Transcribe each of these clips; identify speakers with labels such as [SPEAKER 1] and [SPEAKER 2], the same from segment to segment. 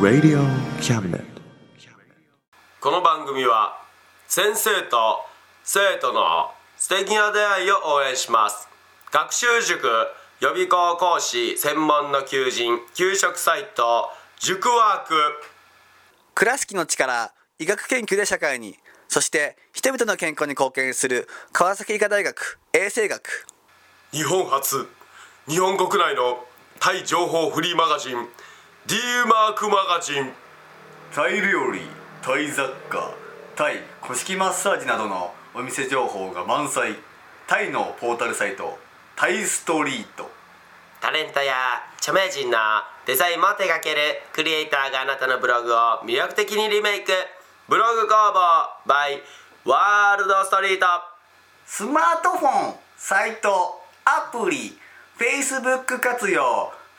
[SPEAKER 1] Radio Cabinet.
[SPEAKER 2] この番組は先生と生徒の素敵な出会いを応援します学習塾予備校講師専門の求人給食サイト塾ワーク
[SPEAKER 3] 倉敷の力医学研究で社会にそして人々の健康に貢献する川崎医科大学衛生学
[SPEAKER 2] 日本初日本国内のタイ情報フリーマガジン D マークマガジン
[SPEAKER 4] タイ料理タイ雑貨タイ古式マッサージなどのお店情報が満載タイのポータルサイトタイストリート
[SPEAKER 2] タレントや著名人のデザインも手掛けるクリエイターがあなたのブログを魅力的にリメイクブログ工房 by ワールドストリート
[SPEAKER 4] スマートフォンサイトアプリ Facebook 活用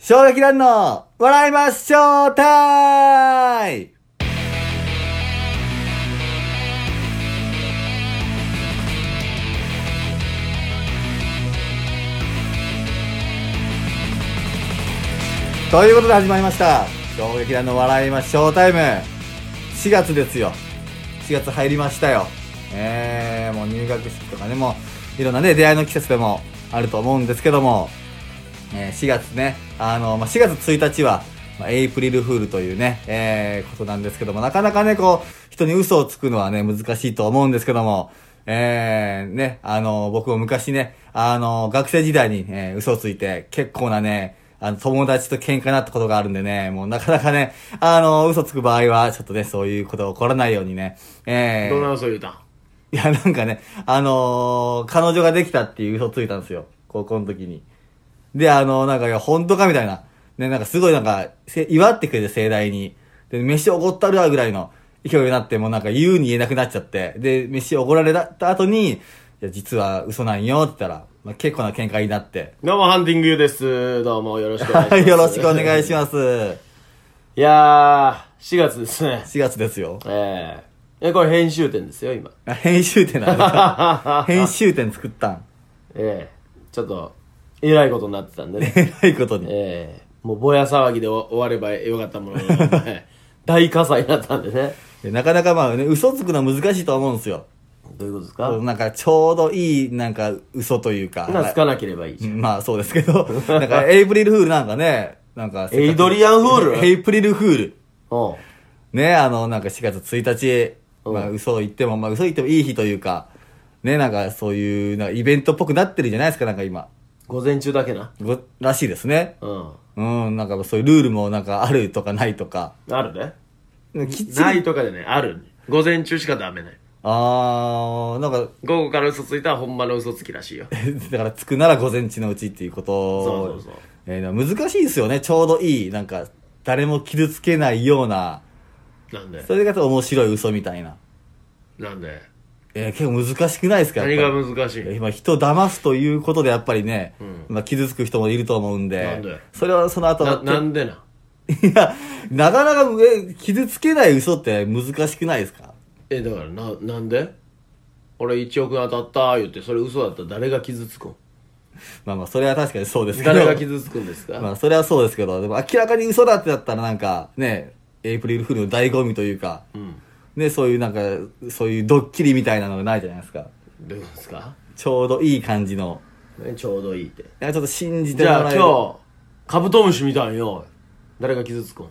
[SPEAKER 4] 衝撃団の笑いましょうタイムということで始まりました衝撃団の笑いましょうタイム4月ですよ4月入りましたよえー、もう入学式とかねもういろんなね出会いの季節でもあると思うんですけども、えー4月ねあの、まあ、4月1日は、まあエイプリルフールというね、えー、ことなんですけどもなかなかねこう人に嘘をつくのはね難しいと思うんですけどもえー、ね、あの、僕も昔ね、あの、学生時代に、えー嘘をついて、結構なね、あの、友達と喧嘩になったことがあるんでね、もうなかなかね、あの、嘘つく場合は、ちょっとね、そういうことが起こらないようにね、えー、
[SPEAKER 5] どんな嘘言うたん
[SPEAKER 4] いや、なんかね、あのー彼女ができたっていう嘘ついたんですよ。高校の時に。で、あのーなんか、いや、本当かみたいな。ね、なんかすごいなんか、せ祝ってくれて盛大に。で、飯おごったるわぐらいの勢いになって、もうなんか言うに言えなくなっちゃって。で、飯おごられた後に、いや、実は嘘なんよって言ったら、まあ、結構な喧嘩になって。
[SPEAKER 5] どうも、ハンティングユーです。どうも、よろしくお願いしま
[SPEAKER 4] はい、
[SPEAKER 5] す。
[SPEAKER 4] よろしくお願い
[SPEAKER 5] す。
[SPEAKER 4] します。4
[SPEAKER 5] いやー、4月ですね。
[SPEAKER 4] 月ですよ。
[SPEAKER 5] えー、え、これ編集点ですよ、今。
[SPEAKER 4] あ編集点なんですか編集点作ったん。
[SPEAKER 5] えー、ちょっと、えらいことになってたん でね。
[SPEAKER 4] えらいことに。
[SPEAKER 5] えー、もう、ぼや騒ぎで終わればよかっ たものの、ね、大火災だったんでね。
[SPEAKER 4] でなかなかまあね、嘘つくのは難しいと思うんですよ。
[SPEAKER 5] どういうことですか
[SPEAKER 4] そうなんかちょうどいいなんか嘘というか。
[SPEAKER 5] そんなんつかなければいいじゃ ん。
[SPEAKER 4] まあそうですけ ど、なんかエイプリルフールなんかね、なんかせっかく。
[SPEAKER 5] エイドリアンフール
[SPEAKER 4] エイプリルフール。
[SPEAKER 5] おう
[SPEAKER 4] ね、あの、なんか4月1日、
[SPEAKER 5] うん
[SPEAKER 4] まあ嘘を言っても、まあ嘘言ってもいい日というか、ね、なんかそういう、なんかイベントっぽくなってるじゃないですか、なんか今。
[SPEAKER 5] 午前中だけな。
[SPEAKER 4] ごらしいですね。
[SPEAKER 5] うん。
[SPEAKER 4] うん、なんかそういうルールもなんかあるとかないとか。
[SPEAKER 5] あるね。
[SPEAKER 4] きっち
[SPEAKER 5] ない
[SPEAKER 4] り。
[SPEAKER 5] とかでね、ある、ね。午前中しかダメね。
[SPEAKER 4] あー、なんか、
[SPEAKER 5] 午後から嘘ついたらほんまの嘘つきらしいよ。
[SPEAKER 4] だから着くなら午前中のうちっていうこと
[SPEAKER 5] そうそうそう
[SPEAKER 4] えー難しいですよねちょうどいいなんか誰も傷つけないような
[SPEAKER 5] なんで
[SPEAKER 4] それが面白い嘘みたいな、
[SPEAKER 5] なんで
[SPEAKER 4] えー結構難しくないですかやっぱ
[SPEAKER 5] 何
[SPEAKER 4] り
[SPEAKER 5] が難しい
[SPEAKER 4] 今人を騙すということでやっぱりね、まあ、傷つく人もいると思うんで
[SPEAKER 5] なんで
[SPEAKER 4] それはその後
[SPEAKER 5] な
[SPEAKER 4] の
[SPEAKER 5] なんでない
[SPEAKER 4] やなかなかえ傷つけない嘘って難しくないですか
[SPEAKER 5] えだからななんで俺1億円当たったー言ってそれ嘘だったら誰が傷つくん
[SPEAKER 4] まあまあそれは確かにそうですけど
[SPEAKER 5] 誰が傷つくんですか、
[SPEAKER 4] まあそれはそうですけどでも明らかに嘘だってだったらなんかねエイプリルフールの醍醐味というか、
[SPEAKER 5] うん
[SPEAKER 4] ね、そういうなんかそういうドッキリみたいなのがないじゃないですか
[SPEAKER 5] どういうことですか
[SPEAKER 4] ちょうどいい感じの
[SPEAKER 5] ねちょうどいいって
[SPEAKER 4] なんかちょっと信じて
[SPEAKER 5] じ
[SPEAKER 4] も
[SPEAKER 5] ゃ
[SPEAKER 4] ら
[SPEAKER 5] あ
[SPEAKER 4] える
[SPEAKER 5] 今日カブトムシみたいよ誰が傷つくん
[SPEAKER 4] い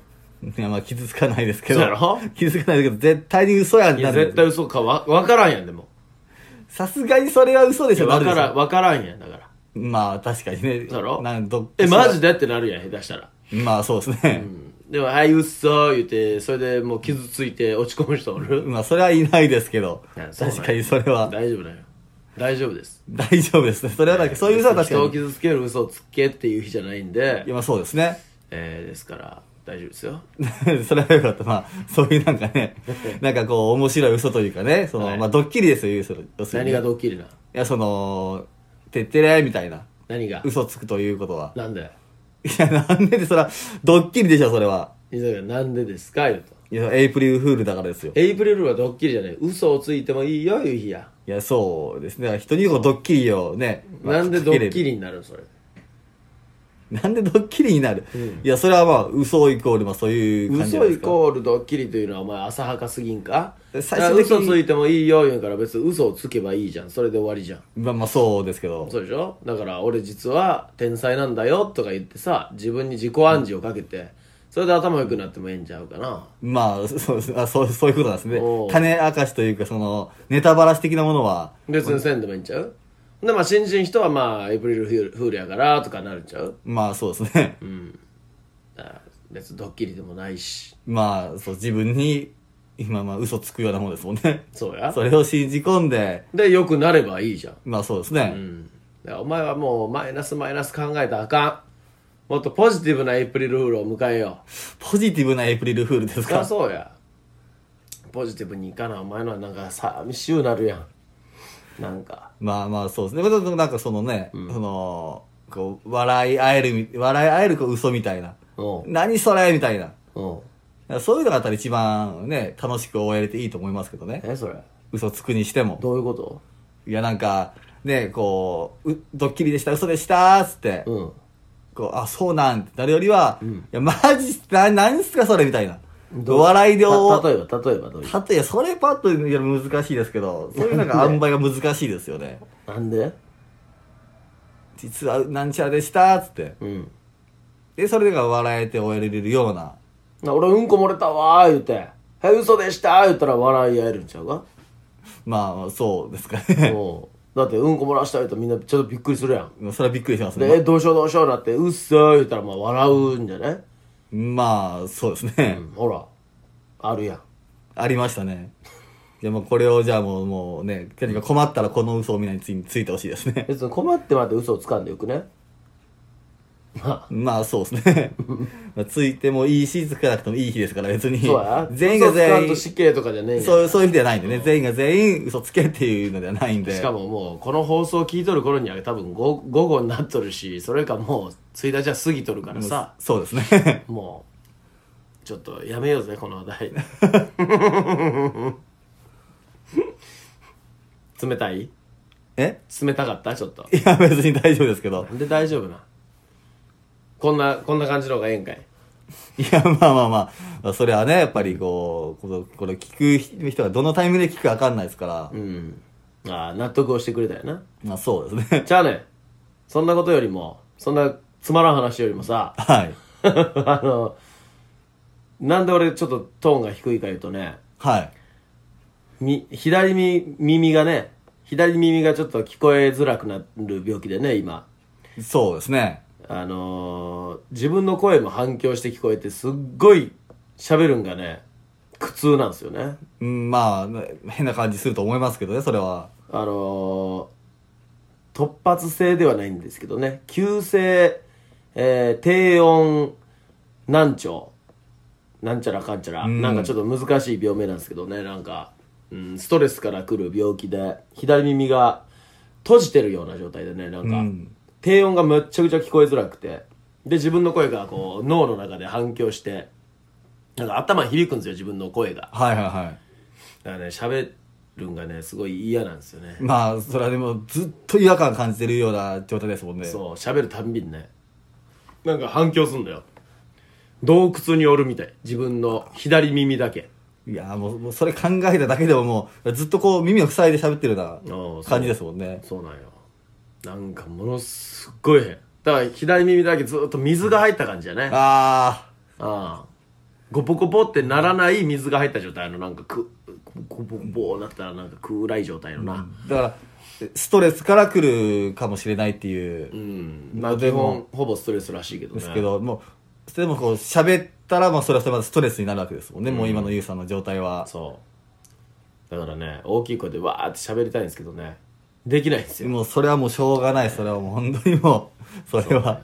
[SPEAKER 4] やまあ傷つかないですけど
[SPEAKER 5] そうやろ
[SPEAKER 4] 傷つかないですけど絶対に嘘やんっ
[SPEAKER 5] い
[SPEAKER 4] て
[SPEAKER 5] や
[SPEAKER 4] な
[SPEAKER 5] 絶
[SPEAKER 4] る
[SPEAKER 5] 対嘘かわ分からんやんでも
[SPEAKER 4] さすがにそれは嘘でしょなる
[SPEAKER 5] 分
[SPEAKER 4] で
[SPEAKER 5] か
[SPEAKER 4] し
[SPEAKER 5] らん
[SPEAKER 4] ょ
[SPEAKER 5] 分からんやんだから
[SPEAKER 4] まあ確かにね
[SPEAKER 5] だろ
[SPEAKER 4] なんど
[SPEAKER 5] えマジでってなるやん下手したら、
[SPEAKER 4] まあそうですね
[SPEAKER 5] う、ん、でも「はい嘘」言ってそれでもう傷ついて落ち込む人おる
[SPEAKER 4] まあそれはいないですけど
[SPEAKER 5] いやそうなん
[SPEAKER 4] 確
[SPEAKER 5] や
[SPEAKER 4] かにそれは
[SPEAKER 5] 大丈夫だよ大丈夫です
[SPEAKER 4] 大丈夫ですねそれはなんかそういう嘘は確か
[SPEAKER 5] 人を
[SPEAKER 4] に
[SPEAKER 5] 傷つける嘘をつけっていう日じゃないんで
[SPEAKER 4] いやまあそうですね
[SPEAKER 5] ええーですから大丈夫ですよ
[SPEAKER 4] それはよかった。まあ、そういうなんかね、なんかこう、面白い嘘というかね、その、
[SPEAKER 5] はい
[SPEAKER 4] まあ、ドッキリですよ、嘘要するに
[SPEAKER 5] 何がドッキリない
[SPEAKER 4] や、その、てってれーみたいな、
[SPEAKER 5] 何が
[SPEAKER 4] 嘘つくということは。
[SPEAKER 5] なんで
[SPEAKER 4] いや、なんでで、それは、ドッキリでしょ、それは。
[SPEAKER 5] 伊沢がなんでですか言う
[SPEAKER 4] い
[SPEAKER 5] と
[SPEAKER 4] や、エイプリルフールだからですよ。
[SPEAKER 5] エイプリルはドッキリじゃない嘘をついてもいいよいう日や
[SPEAKER 4] いや、そうですね。だから人にこう、ドッキリをね、まあ
[SPEAKER 5] なんでド
[SPEAKER 4] か
[SPEAKER 5] ッキ
[SPEAKER 4] けれる
[SPEAKER 5] リになるのそれ
[SPEAKER 4] なんでドッキリになる、いや、それはまあ、嘘イコール、まあ、そういう感じじゃな
[SPEAKER 5] 嘘
[SPEAKER 4] いで
[SPEAKER 5] イ
[SPEAKER 4] すか。
[SPEAKER 5] コールドッキリというのはお前浅はかすぎんか
[SPEAKER 4] 最終的に
[SPEAKER 5] だから嘘ついてもいいよ言うから別に嘘をつけばいいじゃんそれで終わりじゃん
[SPEAKER 4] まあ、まあ、そうですけど。
[SPEAKER 5] そうでしょだから俺実は天才なんだよとか言ってさ自分に自己暗示をかけてそれで頭良くなってもええんちゃうかな
[SPEAKER 4] まあ、そう、あそう、そういうことなんですね
[SPEAKER 5] お。う
[SPEAKER 4] 種明かしというか、その、ネタばらし的なものは、
[SPEAKER 5] 別にせんでもええんちゃうでまあ新人人はまあエイプリルフールフールやからとかなるんちゃう
[SPEAKER 4] まあ、そうですね。
[SPEAKER 5] だから別にドッキリでもないし
[SPEAKER 4] まあ、そう、自分に、今、まあ、嘘つくようなもんですもんね。
[SPEAKER 5] そうや
[SPEAKER 4] それを信じ込んで、
[SPEAKER 5] で良くなればいいじゃん
[SPEAKER 4] まあ、そうですね。
[SPEAKER 5] だからお前はもうマイナスマイナス考えたらあかんもっとポジティブなエイプリルフールを迎えよう
[SPEAKER 4] ポジティブなエイプリルフールです
[SPEAKER 5] そりゃ
[SPEAKER 4] か。
[SPEAKER 5] そうやポジティブにいかなお前のはなんか寂しゅうなるやんなんか
[SPEAKER 4] まあまあ、そうですね。まあでもなんかそのね、その、こう、笑い合えるみ、笑い合えるこう嘘みたいな。
[SPEAKER 5] おう
[SPEAKER 4] 何それみたいな。
[SPEAKER 5] おう
[SPEAKER 4] そういうのがあったら一番ね、楽しく終えれていいと思いますけどね。
[SPEAKER 5] えそれ
[SPEAKER 4] 嘘つくにしても。
[SPEAKER 5] どういうこと
[SPEAKER 4] いや、なんか、ね、こう、うドッキリでした、嘘でしたーっつって、
[SPEAKER 5] うん
[SPEAKER 4] こう、あ、そうなんってなるよりは、いや、マジ、な、なんすかそれみたいな。
[SPEAKER 5] どう
[SPEAKER 4] 笑いでお、
[SPEAKER 5] た例えば例えばどういう
[SPEAKER 4] たとえば、それパッとやるの難しいですけど、そういうなんか塩梅が難しいですよね。
[SPEAKER 5] なんで
[SPEAKER 4] 実は、なんちゃらでしたーっつって。
[SPEAKER 5] うん
[SPEAKER 4] で、それが笑えて終えられるような。
[SPEAKER 5] な俺うんこ漏れたわー言うて「はい嘘でした」言ったら笑い合えるんちゃうか
[SPEAKER 4] まあ、そうですかね。
[SPEAKER 5] おうだってうんこ漏らした言うとみんなちょっとびっくりするやん
[SPEAKER 4] それはびっくりします
[SPEAKER 5] で、え
[SPEAKER 4] ね。
[SPEAKER 5] どうしようどうしようなって、うっそー言ったら、まあ、笑うんじゃね、
[SPEAKER 4] まあ、そうですね。
[SPEAKER 5] ほら、あるやん。
[SPEAKER 4] ありましたね。いや、もうこれをじゃあもう、もうね、何か困ったらこの嘘をみんなについついてほしいですね。
[SPEAKER 5] 別に困ってまで嘘をつかんでよくね。ま
[SPEAKER 4] まあそうです ね。まあ、ついてもいいし、つかなくてもいい日ですから、別に
[SPEAKER 5] あ、そうや。。
[SPEAKER 4] 全員が全
[SPEAKER 5] 嘘
[SPEAKER 4] 員、
[SPEAKER 5] つかんと死刑とかじゃねえ
[SPEAKER 4] そうう、そういう意味ではないんでね。全員が全員嘘つけっていうのではないんで。
[SPEAKER 5] しかももう、この放送を聞いとる頃には多分ご午後になっとるし、それかもう、1日は過ぎとるから
[SPEAKER 4] もう
[SPEAKER 5] さ、
[SPEAKER 4] そうですね。
[SPEAKER 5] もう、ちょっとやめようぜ、この話題。 冷たい
[SPEAKER 4] え
[SPEAKER 5] 冷たかったちょっと。
[SPEAKER 4] いや、別に大丈夫ですけど。
[SPEAKER 5] で、大丈夫な。こんな、こんな感じの方がええんかい。
[SPEAKER 4] いや、まあまあまあ、それはね、やっぱりこう、このこれ聞く人がどのタイミングで聞くかわかんないですから、
[SPEAKER 5] うん。ああ、納得をしてくれたよな。
[SPEAKER 4] まあそうですね。、
[SPEAKER 5] じゃあね、そんなことよりも、そんなつまらん話よりもさ
[SPEAKER 4] はい。
[SPEAKER 5] あの、なんで俺ちょっとトーンが低いか言うとね、
[SPEAKER 4] はい。
[SPEAKER 5] み、左耳耳がね、左耳がちょっと聞こえづらくなる病気でね、今。
[SPEAKER 4] そうですね。
[SPEAKER 5] あのー自分の声も反響して聞こえて、すっごい喋るんがね、苦痛なんですよね。
[SPEAKER 4] うん、まあ、ね変な感じすると思いますけどね、それは。
[SPEAKER 5] あのー突発性ではないんですけどね急性、えー低音難聴なんちゃらかんちゃら、
[SPEAKER 4] ん
[SPEAKER 5] なんかちょっと難しい病名なんですけどねなんか、うん、ストレスから来る病気で左耳が閉じてるような状態でねなんか、
[SPEAKER 4] うん
[SPEAKER 5] 低音がめっちゃくちゃ聞こえづらくてで自分の声がこう脳の中で反響してなんか頭に響くんですよ自分の声が
[SPEAKER 4] はいはいはい。
[SPEAKER 5] だからね喋るんがねすごい嫌なんですよね
[SPEAKER 4] まあ、それはでもずっと違和感感じてるような状態ですもんね。
[SPEAKER 5] そう喋るたんびにねなんか反響すんだよ洞窟におるみたい自分の左耳だけ
[SPEAKER 4] いやーもう、もうそれ考えただけでももう、ずっとこう耳を塞いで喋ってるよう
[SPEAKER 5] ーそう
[SPEAKER 4] な感じですもんね。
[SPEAKER 5] そうなんよなんかものすっごい変だから左耳だけずっと水が入った感じやねあ
[SPEAKER 4] あ
[SPEAKER 5] あゴポゴポってならない水が入った状態のなんかくゴポゴポなったらなんか暗い状態のな
[SPEAKER 4] あ、だから、ストレスから来るかもしれないっていう、
[SPEAKER 5] うんん、まあ基本ほぼストレスらしいけどね
[SPEAKER 4] ですけど、もう、それでもこう、喋ったら、まあそれはそれまたストレスになるわけですもんね、もう今のゆうさんの状態は。
[SPEAKER 5] そうだからね大きい声でわーって喋りたいんですけどねできないんですよ
[SPEAKER 4] もうそれはもうしょうがない、それはもう本当にもう、それは、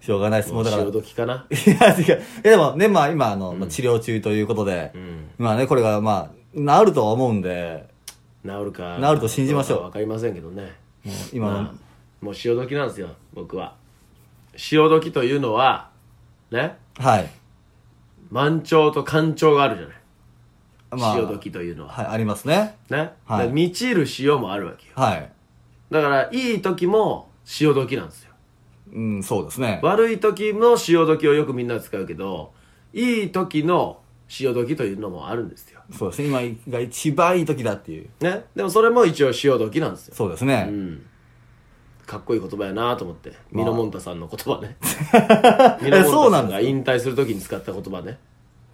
[SPEAKER 4] しょうがないです。もうだから。
[SPEAKER 5] 潮時かな。
[SPEAKER 4] いや、違う。いや、でもね、まあ今、あの、まあ治療中ということで、まあね、これが、まあ、治るとは思うんで、
[SPEAKER 5] 治るか。
[SPEAKER 4] 治ると信じましょう
[SPEAKER 5] わかりませんけどね。
[SPEAKER 4] もう今の、
[SPEAKER 5] まあもう潮時なんですよ、僕は。潮時というのは、ね、
[SPEAKER 4] はい。
[SPEAKER 5] 満潮と干潮があるじゃない。
[SPEAKER 4] まあ、
[SPEAKER 5] 潮時というのは。
[SPEAKER 4] はい、ありますね。
[SPEAKER 5] ね。
[SPEAKER 4] はい
[SPEAKER 5] で満ちる潮もあるわけよ。
[SPEAKER 4] はい。
[SPEAKER 5] だから、いい時も潮時なんですよ。
[SPEAKER 4] うん、そうですね。
[SPEAKER 5] 悪い時の潮時をよくみんな使うけど、いい時の潮時というのもあるんですよ。
[SPEAKER 4] そうですね。今が一番いい時だっていう。
[SPEAKER 5] ね。でもそれも一応潮時なんですよ。
[SPEAKER 4] そうですね。
[SPEAKER 5] うん。かっこいい言葉やなと思って。ミノモンタさんの言葉 ね。ミノ
[SPEAKER 4] え
[SPEAKER 5] モ
[SPEAKER 4] そう
[SPEAKER 5] ン
[SPEAKER 4] な
[SPEAKER 5] タさ
[SPEAKER 4] ん
[SPEAKER 5] ん
[SPEAKER 4] です
[SPEAKER 5] が
[SPEAKER 4] か
[SPEAKER 5] 引退する時に使った言葉ね。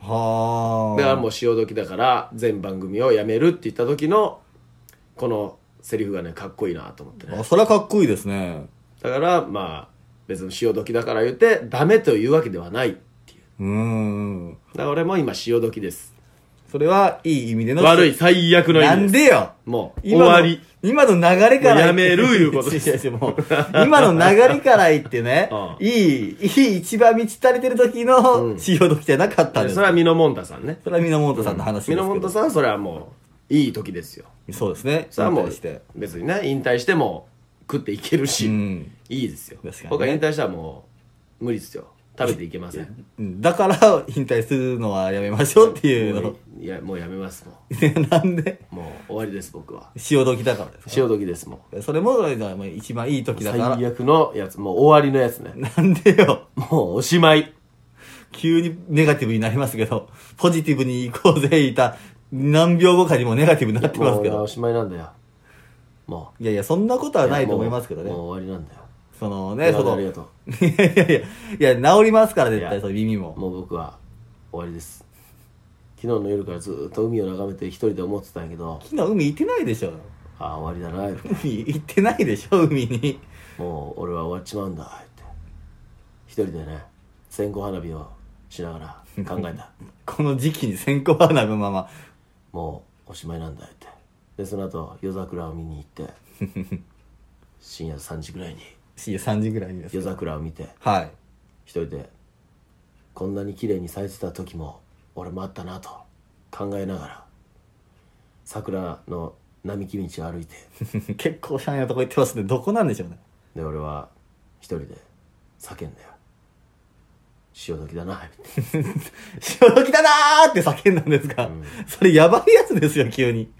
[SPEAKER 4] はあ。
[SPEAKER 5] だからもう潮時だから、全番組をやめるって言った時の、このセリフがね、かっこいいなと思ってね。
[SPEAKER 4] あそれはかっこいいですね。
[SPEAKER 5] だから、まあ、別に潮時だから言って、ダメというわけではないってい
[SPEAKER 4] う
[SPEAKER 5] う。
[SPEAKER 4] ーん。
[SPEAKER 5] だから俺も今潮時です。
[SPEAKER 4] それは、いい意味での。
[SPEAKER 5] 悪い、最悪の意
[SPEAKER 4] な
[SPEAKER 5] 味
[SPEAKER 4] ん
[SPEAKER 5] です。
[SPEAKER 4] でよ
[SPEAKER 5] もう、終
[SPEAKER 4] 今の
[SPEAKER 5] わり。
[SPEAKER 4] 今の流れから。
[SPEAKER 5] もうやめるいうことです
[SPEAKER 4] いやいやもう今の流れから言って ね
[SPEAKER 5] あ、あ
[SPEAKER 4] いい、いい一番満ち足りてる時の潮時じゃなかったんです。
[SPEAKER 5] それはミノモンタさんね。
[SPEAKER 4] それはミノモントさんの話ですけ
[SPEAKER 5] ミ
[SPEAKER 4] ど。
[SPEAKER 5] ノモンタさんはそれはもう、いい時ですよ。
[SPEAKER 4] そうですね。
[SPEAKER 5] それはも
[SPEAKER 4] 引
[SPEAKER 5] う
[SPEAKER 4] 退して。、
[SPEAKER 5] 別にね、引退しても食っていけるし、
[SPEAKER 4] うん
[SPEAKER 5] いいですよ。
[SPEAKER 4] 確かにね
[SPEAKER 5] 僕は引退したらもう、無理ですよ。食べていけません。
[SPEAKER 4] うんだから、引退するのはやめましょうっていうの
[SPEAKER 5] も。ういや、もうやめますも
[SPEAKER 4] なんで
[SPEAKER 5] ん。もう終わりです、僕は。
[SPEAKER 4] 潮時だからです
[SPEAKER 5] 潮時ですもん。
[SPEAKER 4] かそれも、もう一番いい時だ
[SPEAKER 5] 最
[SPEAKER 4] から。
[SPEAKER 5] 悪のやつ、もう終わりのやつね。
[SPEAKER 4] なんでよ。
[SPEAKER 5] もうおしまい。
[SPEAKER 4] 急にネガティブになりますけど、ポジティブに行こうぜ、いた、何秒後かにもネガティブになってま
[SPEAKER 5] も
[SPEAKER 4] す
[SPEAKER 5] う
[SPEAKER 4] け
[SPEAKER 5] 俺は
[SPEAKER 4] ど
[SPEAKER 5] お。しまいなんだよ。も
[SPEAKER 4] いやいや、そんなことは
[SPEAKER 5] う。
[SPEAKER 4] ないと思いますけどね
[SPEAKER 5] もう。もう終わりなんだよ。
[SPEAKER 4] その
[SPEAKER 5] い
[SPEAKER 4] ね、
[SPEAKER 5] や
[SPEAKER 4] その、
[SPEAKER 5] あり
[SPEAKER 4] い
[SPEAKER 5] がと
[SPEAKER 4] や いやいや、いや、治りますから、絶
[SPEAKER 5] い
[SPEAKER 4] 対、
[SPEAKER 5] や
[SPEAKER 4] その耳も
[SPEAKER 5] う。。もう僕は終わりです。昨日の夜からずーっと海を眺めて一人で思ってたんやけど、
[SPEAKER 4] 昨日海行ってないでしょ。
[SPEAKER 5] ああ、終わりだな、って
[SPEAKER 4] 海行ってないでしょ、海に。
[SPEAKER 5] もう俺は終わっちまうんだ、って。一人でね、線香花火をしながら考えた。
[SPEAKER 4] この時期に線香花火のまま。
[SPEAKER 5] もうおしまいなんだ、って。で、その後、夜桜を見に行って、深夜3時ぐらいに
[SPEAKER 4] 深夜3時ぐらいにです
[SPEAKER 5] 夜
[SPEAKER 4] けど。
[SPEAKER 5] 桜を見て、
[SPEAKER 4] はい。
[SPEAKER 5] 一人でこんなに綺麗に咲いてた時も俺もあったなと考えながら桜の並木道を歩いて
[SPEAKER 4] 結構シャンやとこ行ってますね。どこなんでしょうね。
[SPEAKER 5] で俺は一人で叫んだよ潮時だなみたい
[SPEAKER 4] 潮時だなーって叫んだんですか、それやばいやつですよ、急に。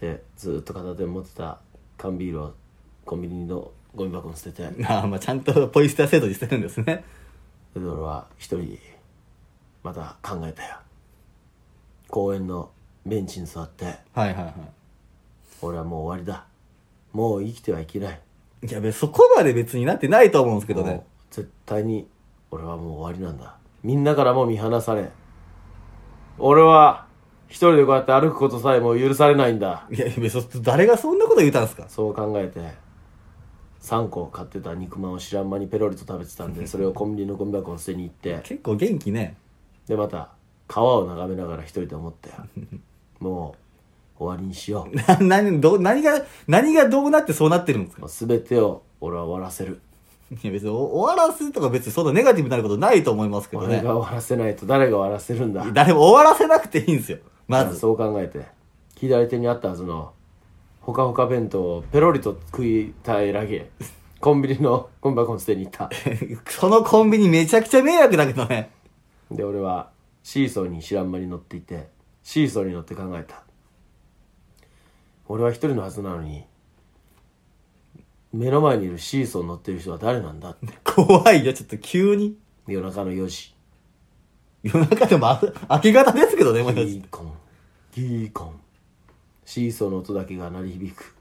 [SPEAKER 5] なでずーっと片手に持ってた缶ビールをコンビニのゴミ箱に捨ててで
[SPEAKER 4] ああ、まあちゃんとポイ捨ては制度にしてるんですね。
[SPEAKER 5] 俺は一人また考えたよ公園のベンチに座って
[SPEAKER 4] はいはいは
[SPEAKER 5] 俺はもう終わりだもう生きてはいけない
[SPEAKER 4] い。いや、べそこまで別になってないと思うんですけど
[SPEAKER 5] もう
[SPEAKER 4] ね。
[SPEAKER 5] 絶対に俺はもう終わりなんだみんなからも見放され俺は一人でこうやって歩くことさえも許されないんだ
[SPEAKER 4] いや、べそ、誰がそんなこと言うたんですか
[SPEAKER 5] そう考えて3個買ってた肉まんを知らん間にペロリと食べてたんでそれをコンビニのゴミ箱を捨てに行って
[SPEAKER 4] 結構元気ね。
[SPEAKER 5] でまた川を眺めながら一人で思ったよもう終わりにしよう
[SPEAKER 4] な、何、どう、何が、何がどうなってそうなってるんですか
[SPEAKER 5] もう全てを俺は終わらせる
[SPEAKER 4] いや別にお終わらすとか別にそんなネガティブになることないと思いますけど
[SPEAKER 5] 俺
[SPEAKER 4] ね。
[SPEAKER 5] が終わらせないと誰が終わらせるんだ
[SPEAKER 4] 誰も終わらせなくていいんですよ。まず。
[SPEAKER 5] そう考えて左手にあったはずのほかほか弁当をペロリと食いたいらげコンビニのゴミ箱の捨てに行った
[SPEAKER 4] そのコンビニめちゃくちゃ迷惑だけどね。
[SPEAKER 5] で俺はシーソーに知らん間に乗っていてシーソーに乗って考えた俺は一人のはずなのに目の前にいるシーソーに乗ってる人は誰なんだって
[SPEAKER 4] 怖いよ、ちょっと急に。
[SPEAKER 5] 夜中の4時
[SPEAKER 4] 夜中でもあ明け方ですけどね、もう
[SPEAKER 5] ギーコンギーコンシーソーの音だけが鳴り響く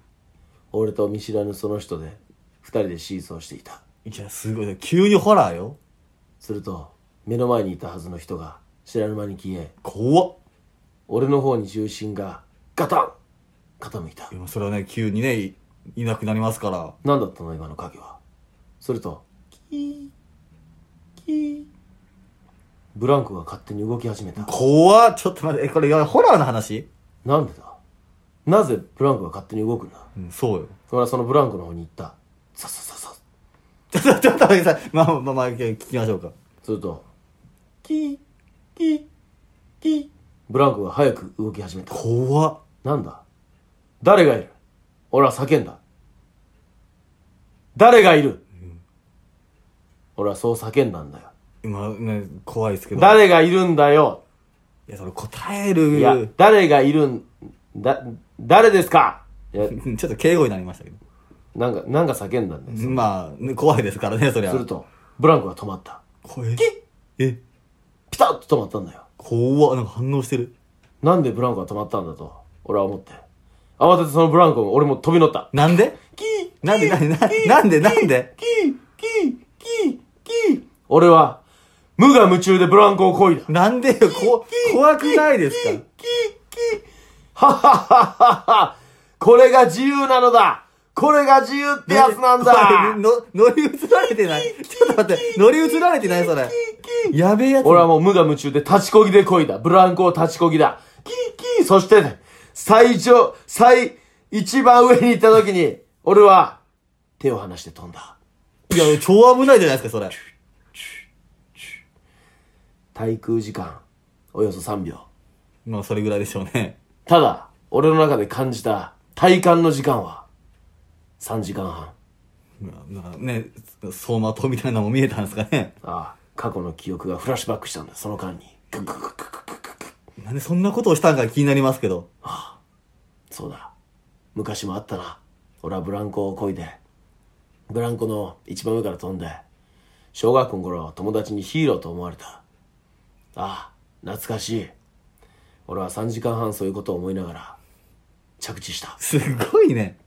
[SPEAKER 5] 俺と見知らぬその人で二人でシーソーしていた
[SPEAKER 4] いや、すごい。急にホラーよ。
[SPEAKER 5] すると目の前にいたはずの人が知らぬ間に消え
[SPEAKER 4] 怖っ。
[SPEAKER 5] 俺の方に重心がガタン傾いた
[SPEAKER 4] でもそれはね、急にね、いいなくなりますから。
[SPEAKER 5] 何だったの今の影はするとキーキーブランコが勝手に動き始めた
[SPEAKER 4] 怖っ。ちょっと待って、え、これ、いやホラーの話
[SPEAKER 5] なんでだなぜブランコが勝手に動くんだ
[SPEAKER 4] うん、そうよ。
[SPEAKER 5] 俺はそのブランコの方に行ったささささ
[SPEAKER 4] ちょっと待ってください。まあまあまあ、聞きましょうか。
[SPEAKER 5] すると、キー、キー、キー。ブランコが早く動き始めた。
[SPEAKER 4] 怖っ。
[SPEAKER 5] なんだ誰がいる俺は叫んだ。誰がいる、俺はそう叫んだんだよ。
[SPEAKER 4] 今、ね、怖いですけど。い
[SPEAKER 5] 誰がいるんだよ
[SPEAKER 4] や、それ答える。
[SPEAKER 5] いや、誰がいるんだ、誰ですかいや、
[SPEAKER 4] うんちょっと敬語になりましたけど。
[SPEAKER 5] なんか、なんか叫んだんだよ。
[SPEAKER 4] まあ、ね怖いですからね、そりゃ。
[SPEAKER 5] すると、ブランコが止まった。
[SPEAKER 4] 怖い。え、
[SPEAKER 5] ピタッと止まったんだよ。
[SPEAKER 4] 怖っ。なんか反応してる。
[SPEAKER 5] なんでブランコが止まったんだと、俺は思って。慌ててそのブランコに俺も飛び乗った。
[SPEAKER 4] なんで
[SPEAKER 5] キー
[SPEAKER 4] なんでなんでなんでなんで
[SPEAKER 5] キーキーキーキー俺は、無我夢中でブランコを漕いだ。
[SPEAKER 4] なんでよ、こ、怖くないですか
[SPEAKER 5] キーキーはっはっはっはっはこれが自由なのだこれが自由ってやつなんだ
[SPEAKER 4] これの乗り移られてない。ちょっと待って、乗り移られてない、それ。やべえやつ。
[SPEAKER 5] 俺はもう無我夢中で立ちこぎで漕いだ。ブランコを立ちこぎだ。キーキーそしてね、最上、最、一番上に行った時に、俺は、手を離して飛んだ。
[SPEAKER 4] いや、超危ないじゃないですか、それ。
[SPEAKER 5] 滞空時間、およそ3秒。
[SPEAKER 4] まあ、それぐらいでしょうね。
[SPEAKER 5] ただ、俺の中で感じた体感の時間は、3時間半。
[SPEAKER 4] まあまあね、走馬灯みたいなのも見えたんですかね。
[SPEAKER 5] ああ、過去の記憶がフラッシュバックしたんだ、その間に。クックックックックックック
[SPEAKER 4] なんでそんなことをしたんか気になりますけど。
[SPEAKER 5] そうだ。昔もあったな。俺はブランコを漕いで、ブランコの一番上から飛んで、小学校の頃友達にヒーローと思われた。ああ、懐かしい。俺は3時間半そういうことを思いながら、着地した。
[SPEAKER 4] すごいね。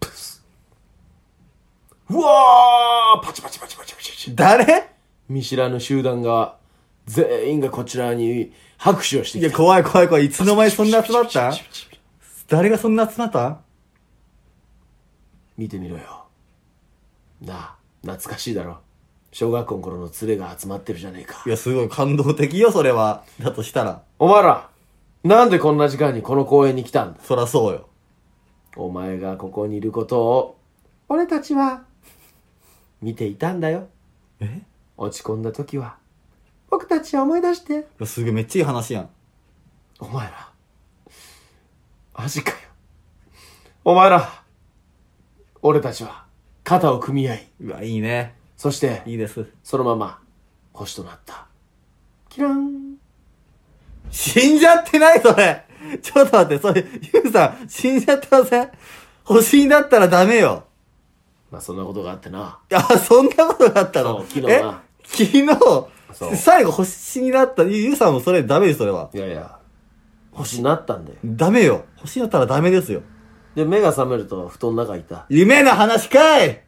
[SPEAKER 5] うわーパチパチパチパチパチパチ。
[SPEAKER 4] 誰
[SPEAKER 5] 見知らぬ集団が全員がこちらに拍手をして
[SPEAKER 4] い
[SPEAKER 5] き
[SPEAKER 4] や、
[SPEAKER 5] た
[SPEAKER 4] 怖い怖い怖い。いつの間にそんな集まった誰がそんな集まった
[SPEAKER 5] 見てみろよなあ懐かしいだろ小学校の頃の連れが集まってるじゃねえか
[SPEAKER 4] いや、すごい感動的よ、それは。だとしたら。
[SPEAKER 5] お前らなんでこんな時間にこの公園に来たんだ
[SPEAKER 4] そらそうよ。
[SPEAKER 5] お前がここにいることを俺たちは見ていたんだよ
[SPEAKER 4] え
[SPEAKER 5] 落ち込んだ時は僕たちを思い出して
[SPEAKER 4] いやすげえ、めっちゃいい話やん。
[SPEAKER 5] お前ら、マジかよ。お前ら、俺たちは肩を組み合い、
[SPEAKER 4] うわ、いいね。
[SPEAKER 5] そして
[SPEAKER 4] いいです。
[SPEAKER 5] そのまま星となった。キラン。
[SPEAKER 4] 死んじゃってないそれちょっと待って、それ、ゆうさん、死んじゃってません星になったらダメよ。
[SPEAKER 5] まあそんなことがあってな。
[SPEAKER 4] あ、そんなことがあったの
[SPEAKER 5] そう昨日な
[SPEAKER 4] え昨
[SPEAKER 5] そう
[SPEAKER 4] 日、最後星になった。ゆゆうさんもそれダメよ、それは。
[SPEAKER 5] いやいや、星になったんだよ。
[SPEAKER 4] ダメよ。星になったらダメですよ。
[SPEAKER 5] で、目が覚めると布団の中にいた。
[SPEAKER 4] 夢の話かい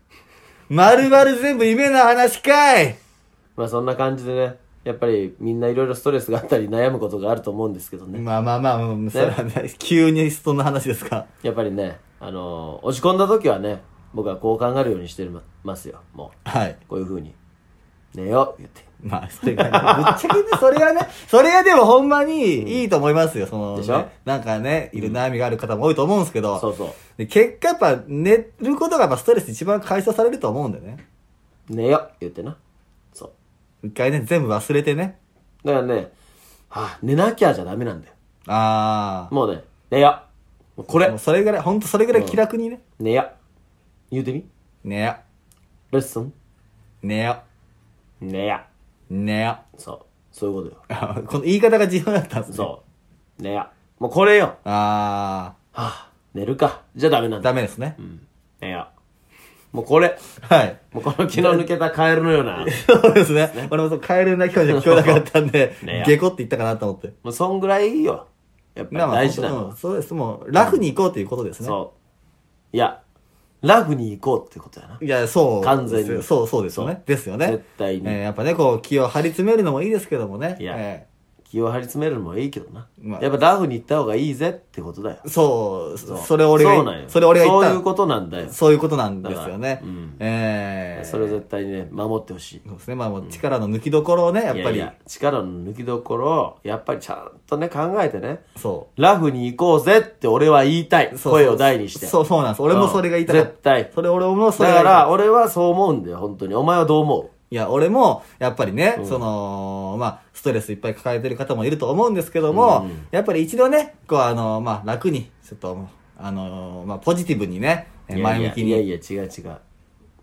[SPEAKER 4] まるまる全部夢の話かい
[SPEAKER 5] まあそんな感じでね、やっぱりみんないろいろストレスがあったり悩むことがあると思うんですけどね。
[SPEAKER 4] まあまあまあ、うんそれはね、急にそんな話ですか。
[SPEAKER 5] やっぱりね、あのー落ち込んだ時はね、僕はこう考えるようにしてますよ、もう。
[SPEAKER 4] はい。
[SPEAKER 5] こういう風に。寝よう、言って。
[SPEAKER 4] まあ、それが ね、ぶっちゃけね、それはね、それはでもほんまにいいと思いますよ、その、ね、
[SPEAKER 5] でしょ
[SPEAKER 4] なんかね、いる悩みがある方も多いと思うんですけど、
[SPEAKER 5] そうそ
[SPEAKER 4] で結果やっぱ寝ることがやっぱストレス一番解消されると思うんだよね。
[SPEAKER 5] う。寝よ、言ってな。そう。
[SPEAKER 4] 一回ね、全部忘れてね。
[SPEAKER 5] だからね、はあ、寝なきゃじゃダメなんだよ。
[SPEAKER 4] ああ。
[SPEAKER 5] もうね、寝よ。もうこ
[SPEAKER 4] も
[SPEAKER 5] れ
[SPEAKER 4] う、それぐらい、ほんとそれぐらい気楽にね。
[SPEAKER 5] 寝よ。言うてみ。
[SPEAKER 4] 寝よ。
[SPEAKER 5] レッスン、
[SPEAKER 4] 寝よ。
[SPEAKER 5] 寝よ。
[SPEAKER 4] 寝よ。
[SPEAKER 5] そう。そういうこと
[SPEAKER 4] あ この言い方が重要だったんですね。
[SPEAKER 5] よ。そう。寝よ。もうこれよ。は
[SPEAKER 4] あ
[SPEAKER 5] あ、寝るか。じゃダメなん
[SPEAKER 4] あ。
[SPEAKER 5] だ。
[SPEAKER 4] ダメですね。
[SPEAKER 5] 寝よ。もうこれ。
[SPEAKER 4] はい。
[SPEAKER 5] もうこの気の抜けたカエルのよ うな。
[SPEAKER 4] そうですね。俺もそう、カエルな今日じゃ聞こえなかったん で
[SPEAKER 5] ね、
[SPEAKER 4] ゲコって言ったかなと思って。
[SPEAKER 5] もうそんぐらいいいよ。やっぱり
[SPEAKER 4] まあまあ
[SPEAKER 5] 大事なの
[SPEAKER 4] うん
[SPEAKER 5] は。
[SPEAKER 4] そうです。もう、ラフに行こうということですね。
[SPEAKER 5] そう。いや、ラフに行こうってことやな。
[SPEAKER 4] いや、そう。
[SPEAKER 5] 完全に
[SPEAKER 4] そう、そうですよね。ですよね。
[SPEAKER 5] 絶対に
[SPEAKER 4] えーやっぱね、こう、気を張り詰めるのもいいですけどもね。
[SPEAKER 5] いや
[SPEAKER 4] え
[SPEAKER 5] 気を張り詰めるのもいいけどな、
[SPEAKER 4] まあ
[SPEAKER 5] やっぱラフに行った方がいいぜってことだよ
[SPEAKER 4] そう、そそれ俺が、
[SPEAKER 5] そうなんよ
[SPEAKER 4] それ俺が言った。
[SPEAKER 5] そういうことなんだよ
[SPEAKER 4] そういうことなんですよね。
[SPEAKER 5] だからうん
[SPEAKER 4] ええ
[SPEAKER 5] それを絶対にね守ってほしい
[SPEAKER 4] そうですね。まあもう力の抜きどころをね、やっぱり。
[SPEAKER 5] いやいや力の抜きどころをやっぱりちゃんとね考えてね
[SPEAKER 4] そ。
[SPEAKER 5] ラフに行こうぜって俺は言いたいう
[SPEAKER 4] そう
[SPEAKER 5] 声を大にして
[SPEAKER 4] そう、そうなんです。俺もそれが言いたか
[SPEAKER 5] う
[SPEAKER 4] っ
[SPEAKER 5] ん
[SPEAKER 4] た。
[SPEAKER 5] 絶対
[SPEAKER 4] それ俺もそ
[SPEAKER 5] だ
[SPEAKER 4] れが言
[SPEAKER 5] か
[SPEAKER 4] いた
[SPEAKER 5] ら俺はそう思うんだよ本当にお前はどう思
[SPEAKER 4] いや、俺も、やっぱりね、その、まあ、ストレスいっぱい抱えてる方もいると思うんですけども、やっぱり一度ね、こう、あの、まあ、楽に、ちょっと、あの、まあ、ポジティブにね、
[SPEAKER 5] う
[SPEAKER 4] え前向きに。
[SPEAKER 5] いやいやいや違う違う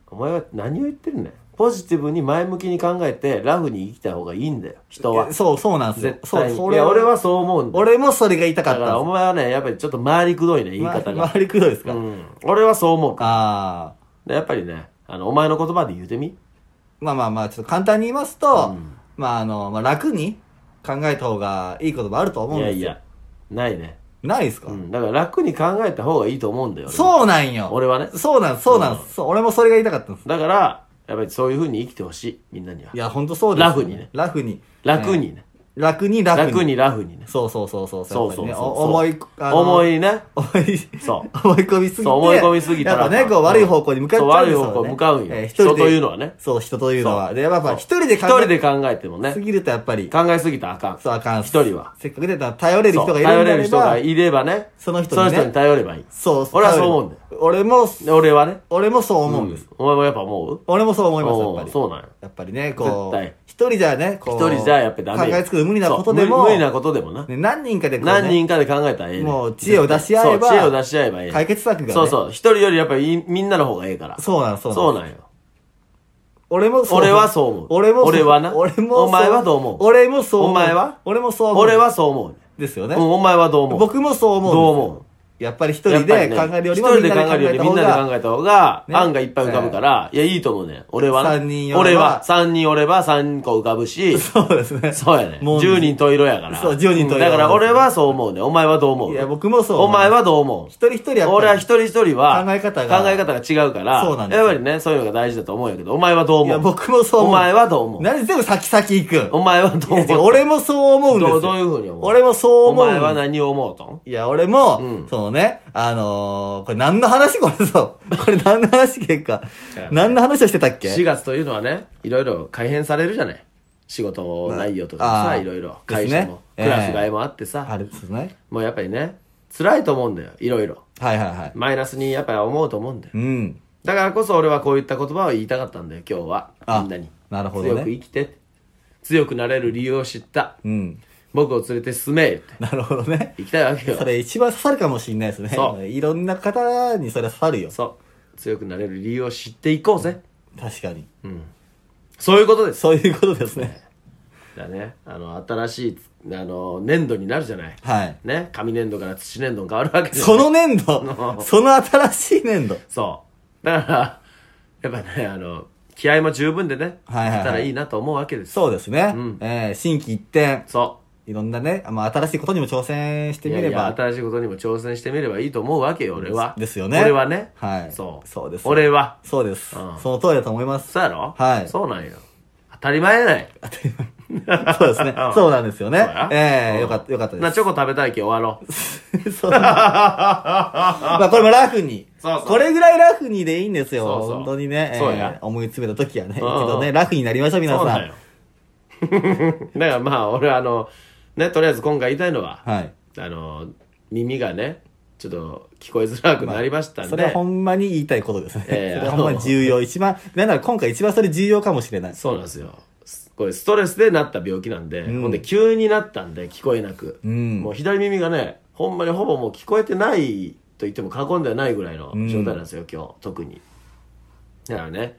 [SPEAKER 5] お前は何を言ってるんだよポジティブに前向きに考えてラフに生きた方がいいんだよ人は
[SPEAKER 4] そう、そうなんですよ
[SPEAKER 5] 絶。
[SPEAKER 4] そう、
[SPEAKER 5] 対に
[SPEAKER 4] そ
[SPEAKER 5] い
[SPEAKER 4] れ
[SPEAKER 5] や俺は、そう思うんだよ
[SPEAKER 4] 俺もそれが言いたか
[SPEAKER 5] だ
[SPEAKER 4] っ
[SPEAKER 5] か
[SPEAKER 4] た
[SPEAKER 5] らお前はねやっぱりちょっと回りくどいね言い
[SPEAKER 4] ま
[SPEAKER 5] 方が、
[SPEAKER 4] 回りくどいですか、
[SPEAKER 5] うん、俺はそう思うから
[SPEAKER 4] ああ。
[SPEAKER 5] でやっぱりねあのお前の言葉で言うてみ
[SPEAKER 4] まあまあまあ、ちょっと簡単に言いますと、まああの、まあ楽に考えた方がいいこともあると思う
[SPEAKER 5] い
[SPEAKER 4] んで
[SPEAKER 5] や
[SPEAKER 4] すよ。
[SPEAKER 5] いやないね
[SPEAKER 4] ないですか、
[SPEAKER 5] うん、だから楽に考えた方がいいと思うんだよ。
[SPEAKER 4] そうなんよ。
[SPEAKER 5] 俺はね
[SPEAKER 4] そうなん、そうなん、そう俺もそれが言いたかったんです。。
[SPEAKER 5] だから、やっぱりそういう風に生きてほしい、みんなにはい
[SPEAKER 4] や、ほんとそうです、
[SPEAKER 5] ラフにね
[SPEAKER 4] ラフに。
[SPEAKER 5] 楽に
[SPEAKER 4] えー。
[SPEAKER 5] ね。
[SPEAKER 4] 楽に、楽に。
[SPEAKER 5] 楽にラフにね。
[SPEAKER 4] そうそうそうそう。
[SPEAKER 5] そうそうそう
[SPEAKER 4] やっぱりね
[SPEAKER 5] そう。
[SPEAKER 4] お思い、あの
[SPEAKER 5] 思。いね。
[SPEAKER 4] 思い、
[SPEAKER 5] そ う
[SPEAKER 4] 思い込みすぎて。
[SPEAKER 5] そう思い込みすぎたら
[SPEAKER 4] やっぱね、こう悪い方向に向かっちゃうんですよ、ね。
[SPEAKER 5] そう悪い方向に向かうんよ
[SPEAKER 4] えー一人で
[SPEAKER 5] 人というのはね
[SPEAKER 4] そう、人というのは。
[SPEAKER 5] そう
[SPEAKER 4] で、やっぱ一人で
[SPEAKER 5] 一人で
[SPEAKER 4] 考
[SPEAKER 5] 考えても
[SPEAKER 4] え
[SPEAKER 5] ね
[SPEAKER 4] す。ぎるとやっぱり、
[SPEAKER 5] 考えすぎたらあかん。
[SPEAKER 4] そうあかんっす
[SPEAKER 5] 一人は。
[SPEAKER 4] せっかく出たら頼れる人がいるんだれ
[SPEAKER 5] そう
[SPEAKER 4] ば
[SPEAKER 5] 頼れる人がいればね。
[SPEAKER 4] その人にね
[SPEAKER 5] に頼ればいい。
[SPEAKER 4] そう、
[SPEAKER 5] 俺はそう思うんだよ。
[SPEAKER 4] よ。俺も、
[SPEAKER 5] で俺はね。
[SPEAKER 4] 俺もそう思うんです。
[SPEAKER 5] うんお前もやっぱ思う
[SPEAKER 4] 俺もそう思います、や
[SPEAKER 5] お
[SPEAKER 4] っ
[SPEAKER 5] う
[SPEAKER 4] ぱり。
[SPEAKER 5] そうなんよ
[SPEAKER 4] やっぱりね、こう
[SPEAKER 5] 絶対、
[SPEAKER 4] 一人じゃね、こう、
[SPEAKER 5] 一人じゃやっぱダメよ。
[SPEAKER 4] 考えつくの無理なことで
[SPEAKER 5] そう
[SPEAKER 4] も、
[SPEAKER 5] 無理無理なことでもな。
[SPEAKER 4] ね、何人かでこう、ね、
[SPEAKER 5] 何人かで考えたらええねん
[SPEAKER 4] もう知恵を出し合えば
[SPEAKER 5] そう知恵を出し合えばええねん
[SPEAKER 4] 解決策がね
[SPEAKER 5] そうそう一人よりやっぱりみんなの方がええから
[SPEAKER 4] そうなん、そうなん。
[SPEAKER 5] そうなんよ
[SPEAKER 4] 俺もそう
[SPEAKER 5] 俺はそう思う
[SPEAKER 4] 俺もそう
[SPEAKER 5] 俺はな
[SPEAKER 4] 俺もそう
[SPEAKER 5] お前はどう思う
[SPEAKER 4] 俺もそう思う。
[SPEAKER 5] お前は
[SPEAKER 4] 俺もそう思う。
[SPEAKER 5] 俺はそう思うね
[SPEAKER 4] ですよね。
[SPEAKER 5] うんお前はどう思う
[SPEAKER 4] 僕もそう思う。
[SPEAKER 5] どう思
[SPEAKER 4] うやっぱり一
[SPEAKER 5] やっ
[SPEAKER 4] 人
[SPEAKER 5] ぱり
[SPEAKER 4] で
[SPEAKER 5] ね
[SPEAKER 4] 考えるよりも、
[SPEAKER 5] 一人で考えるよりみんなで考
[SPEAKER 4] え
[SPEAKER 5] えた方が
[SPEAKER 4] ね
[SPEAKER 5] 案がいっぱい浮かぶからいやいいと思うねん俺はな
[SPEAKER 4] 三人おれば
[SPEAKER 5] 俺は3人おれば3個浮かぶ し
[SPEAKER 4] そうですね。
[SPEAKER 5] そうやね
[SPEAKER 4] もう
[SPEAKER 5] 10人と色やから
[SPEAKER 4] そう10人十色
[SPEAKER 5] うんだから俺はそう思うねんお前はどう思う
[SPEAKER 4] い
[SPEAKER 5] い
[SPEAKER 4] や、僕もそう思う。
[SPEAKER 5] お前はどう思う
[SPEAKER 4] 一人一人やっぱり
[SPEAKER 5] 俺は一人一人は
[SPEAKER 4] 考え方が
[SPEAKER 5] 考え方が違うから
[SPEAKER 4] そうなんです
[SPEAKER 5] や
[SPEAKER 4] よ
[SPEAKER 5] っぱりねそういうのが大事だと思うんやけどお前はどう思う
[SPEAKER 4] いや、僕もそう思う。
[SPEAKER 5] お前はどう思う
[SPEAKER 4] 何で全部先々行く
[SPEAKER 5] お前はど
[SPEAKER 4] い
[SPEAKER 5] う
[SPEAKER 4] や違う
[SPEAKER 5] 思う
[SPEAKER 4] 俺もそう思うんです
[SPEAKER 5] ど
[SPEAKER 4] よ。
[SPEAKER 5] うどういうふうに思う
[SPEAKER 4] 俺もそう思う。
[SPEAKER 5] お前は何を思うとん
[SPEAKER 4] いや、俺も、
[SPEAKER 5] うん
[SPEAKER 4] そのね、あのー、これ何の話これそう。これ何の話結果。何の話をしてたっけ
[SPEAKER 5] ?4 月というのはね、いろいろ改変されるじゃない。仕事内容とか
[SPEAKER 4] まあ
[SPEAKER 5] さ、
[SPEAKER 4] あー
[SPEAKER 5] いろいろ。
[SPEAKER 4] ですね
[SPEAKER 5] 会社も、
[SPEAKER 4] ええ
[SPEAKER 5] クラス替えもあってさ、
[SPEAKER 4] あれですね。
[SPEAKER 5] もうやっぱりね、辛いと思うんだよ、いろいろ。
[SPEAKER 4] はいはいはい。
[SPEAKER 5] マイナスにやっぱり思うと思うんだよ。
[SPEAKER 4] うん。
[SPEAKER 5] だからこそ俺はこういった言葉を言いたかったんだよ、今日は。
[SPEAKER 4] あ
[SPEAKER 5] みんなに。
[SPEAKER 4] なるほどね
[SPEAKER 5] 強く生きて。強くなれる理由を知った。
[SPEAKER 4] うん。
[SPEAKER 5] 僕を連れて進めって。
[SPEAKER 4] なるほどね。
[SPEAKER 5] 行きたいわけよ
[SPEAKER 4] そ。れ一番刺さるかもしれないですね。
[SPEAKER 5] そう
[SPEAKER 4] いろんな方にそれ刺さるよ。
[SPEAKER 5] そう。強くなれる理由を知っていこうぜ。
[SPEAKER 4] 確かに。
[SPEAKER 5] そういうことです。
[SPEAKER 4] そういうことですね。
[SPEAKER 5] だね、あの新しいあの粘土になるじゃない、
[SPEAKER 4] はい。
[SPEAKER 5] ね、紙粘土から土粘土に変わるわけじゃない
[SPEAKER 4] その粘
[SPEAKER 5] う
[SPEAKER 4] 土、
[SPEAKER 5] ん
[SPEAKER 4] その新しい粘土。
[SPEAKER 5] そうだから やっぱねあの気合も十分でね、
[SPEAKER 4] はいはいはい
[SPEAKER 5] たらいいなと思うわけです
[SPEAKER 4] そうですね。
[SPEAKER 5] うん
[SPEAKER 4] えー新規一転、
[SPEAKER 5] そ
[SPEAKER 4] いろんなね、まあ、新しいことにも挑戦して
[SPEAKER 5] うい
[SPEAKER 4] み
[SPEAKER 5] や
[SPEAKER 4] れ
[SPEAKER 5] いや
[SPEAKER 4] ば。
[SPEAKER 5] 新しいことにも挑戦してみればいいと思うわけよ俺は
[SPEAKER 4] ですよね
[SPEAKER 5] 俺はね
[SPEAKER 4] はい
[SPEAKER 5] そう
[SPEAKER 4] そうです
[SPEAKER 5] 俺は
[SPEAKER 4] そうです、
[SPEAKER 5] うん
[SPEAKER 4] その通りだと思います。
[SPEAKER 5] そうやろ
[SPEAKER 4] はい
[SPEAKER 5] そうなんよ当たり前やない
[SPEAKER 4] そうですね
[SPEAKER 5] う。ん
[SPEAKER 4] そうなんですよね
[SPEAKER 5] そうや。
[SPEAKER 4] え
[SPEAKER 5] う
[SPEAKER 4] え、
[SPEAKER 5] ん
[SPEAKER 4] よかった、よかったで
[SPEAKER 5] なチョコ食べたいけ終わろう
[SPEAKER 4] す。 そうまあこれもラフに。
[SPEAKER 5] そうそう
[SPEAKER 4] これぐらいラフにでいいんですよ。
[SPEAKER 5] そうそう
[SPEAKER 4] 本当にね。ええ
[SPEAKER 5] そうや
[SPEAKER 4] 思い詰めた時はね。け
[SPEAKER 5] んうん
[SPEAKER 4] どね、ラフになりましょう、皆
[SPEAKER 5] そう
[SPEAKER 4] さ
[SPEAKER 5] なん
[SPEAKER 4] ん
[SPEAKER 5] よ。 だからまあ俺はあのねとりあえず今回言いたいのは、
[SPEAKER 4] はい。
[SPEAKER 5] あの耳がねちょっと聞こえづらくなりましたんで、
[SPEAKER 4] それはほんまに言いたいことですね。そ
[SPEAKER 5] ええ
[SPEAKER 4] れはほんまに重要。一番、なんなら今回一番それ重要かもしれない。
[SPEAKER 5] そうなんですよすこれストレスでなった病気なんで、
[SPEAKER 4] うん
[SPEAKER 5] ほんで急になったんで聞こえなく、
[SPEAKER 4] うん
[SPEAKER 5] もう左耳がねほんまにほぼもう聞こえてないと言っても過言ではないぐらいの状態なんですよ、今日特にだからね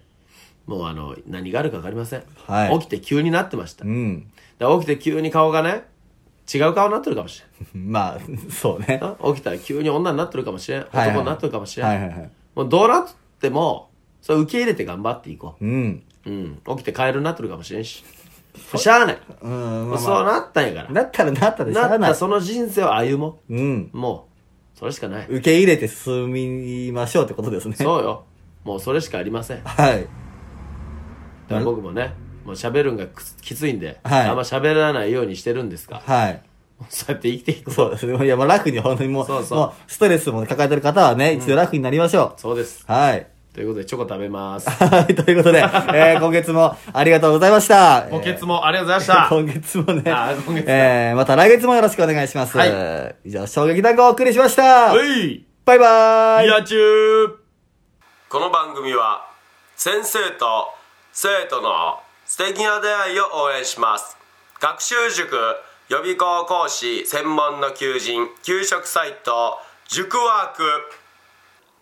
[SPEAKER 5] もうあの何があるか分かりません、
[SPEAKER 4] はい
[SPEAKER 5] 起きて急になってました、
[SPEAKER 4] うん。
[SPEAKER 5] だから起きて急に顔がね違う顔になってるかもし
[SPEAKER 4] まあ、そうね
[SPEAKER 5] れ。ん起きたら急に女になってるかもしれん
[SPEAKER 4] はいはい
[SPEAKER 5] 男になってるかもしれん、
[SPEAKER 4] はいはいはい。
[SPEAKER 5] もうどうなっても、それ受け入れて頑張っていこ
[SPEAKER 4] うん。
[SPEAKER 5] う。うん。起きてカエルになってるかもしれんし。しゃあない。
[SPEAKER 4] うん、まあ
[SPEAKER 5] そう
[SPEAKER 4] ま
[SPEAKER 5] なったんやか
[SPEAKER 4] あ。なったらなったでしゃ
[SPEAKER 5] ら。な
[SPEAKER 4] あ
[SPEAKER 5] っ
[SPEAKER 4] な
[SPEAKER 5] た
[SPEAKER 4] い。
[SPEAKER 5] その人生を歩も
[SPEAKER 4] うん。
[SPEAKER 5] う。もう、それしかない。
[SPEAKER 4] 受け入れて進みましょうってことですね。
[SPEAKER 5] そうよ。もうそれしかありません。だか
[SPEAKER 4] はい。
[SPEAKER 5] ら僕もね、まあ、喋るんがくつきついんで、
[SPEAKER 1] はい
[SPEAKER 5] あんま喋らないようにしてるんですが、
[SPEAKER 1] はい。
[SPEAKER 5] そうやって生きていこう。
[SPEAKER 1] そうですね。いや、まあ、ラフに、本当にもう、
[SPEAKER 5] そうそう
[SPEAKER 1] もうストレスも抱えてる方はね、一度ラフになりましょ
[SPEAKER 5] そうです。
[SPEAKER 1] う。はい。
[SPEAKER 5] ということで、チョコ食べ ます。
[SPEAKER 1] はい、ということで、えー、今月もありがとうございました。
[SPEAKER 5] 今月
[SPEAKER 1] も、
[SPEAKER 5] もありがとうございまし た。
[SPEAKER 1] 今月もね
[SPEAKER 5] あー今月、だ
[SPEAKER 1] えー、また来月もよろしくお願いします。
[SPEAKER 5] はい
[SPEAKER 1] 以上、衝撃談合をお送りしました。
[SPEAKER 5] うい
[SPEAKER 1] バイバーイ
[SPEAKER 5] リアチュー
[SPEAKER 2] この番組は先生と生徒の素敵な出会いを応援します学習塾予備校講師専門の求人給食サイト塾ワーク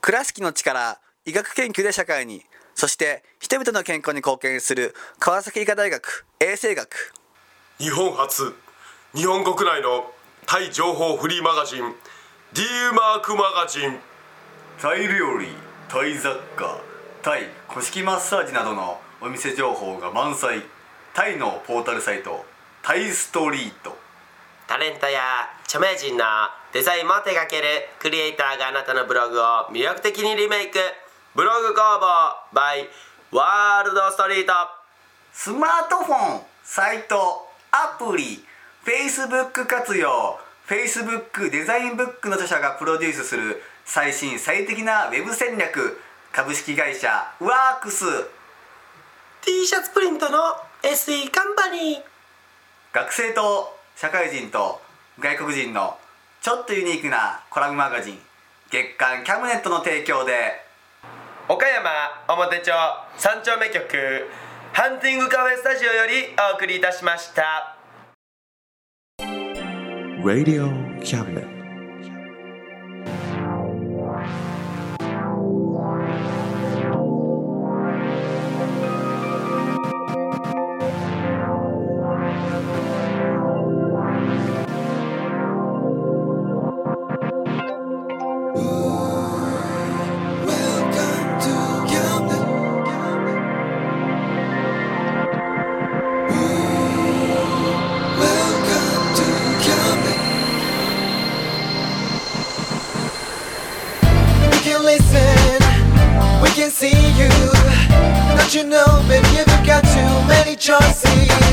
[SPEAKER 4] 倉敷の力医学研究で社会にそして人々の健康に貢献する川崎医科大学衛生学
[SPEAKER 2] 日本初日本国内のタイ情報フリーマガジン D マークマガジン
[SPEAKER 1] タイ料理タイ雑貨タイ古式マッサージなどのお店情報が満載タイのポータルサイトタイストリート
[SPEAKER 2] タレントや著名人のデザインも手掛けるクリエイターがあなたのブログを魅力的にリメイクブログ工房 by ワールドストリート
[SPEAKER 1] スマートフォンサイトアプリ Facebook 活用 Facebook デザインブックの著者がプロデュースする最新最適なウェブ戦略株式会社ワークス
[SPEAKER 2] T シャツプリントの SE カンパニー
[SPEAKER 1] 学生と社会人と外国人のちょっとユニークなコラムマガジン月刊キャムネットの提供で
[SPEAKER 2] 岡山表町三丁目局ハンティングカフェスタジオよりお送りいたしました
[SPEAKER 6] Radio Cabinet.
[SPEAKER 7] We can listen, we can see you. Don't you know, baby, you've got too many choices.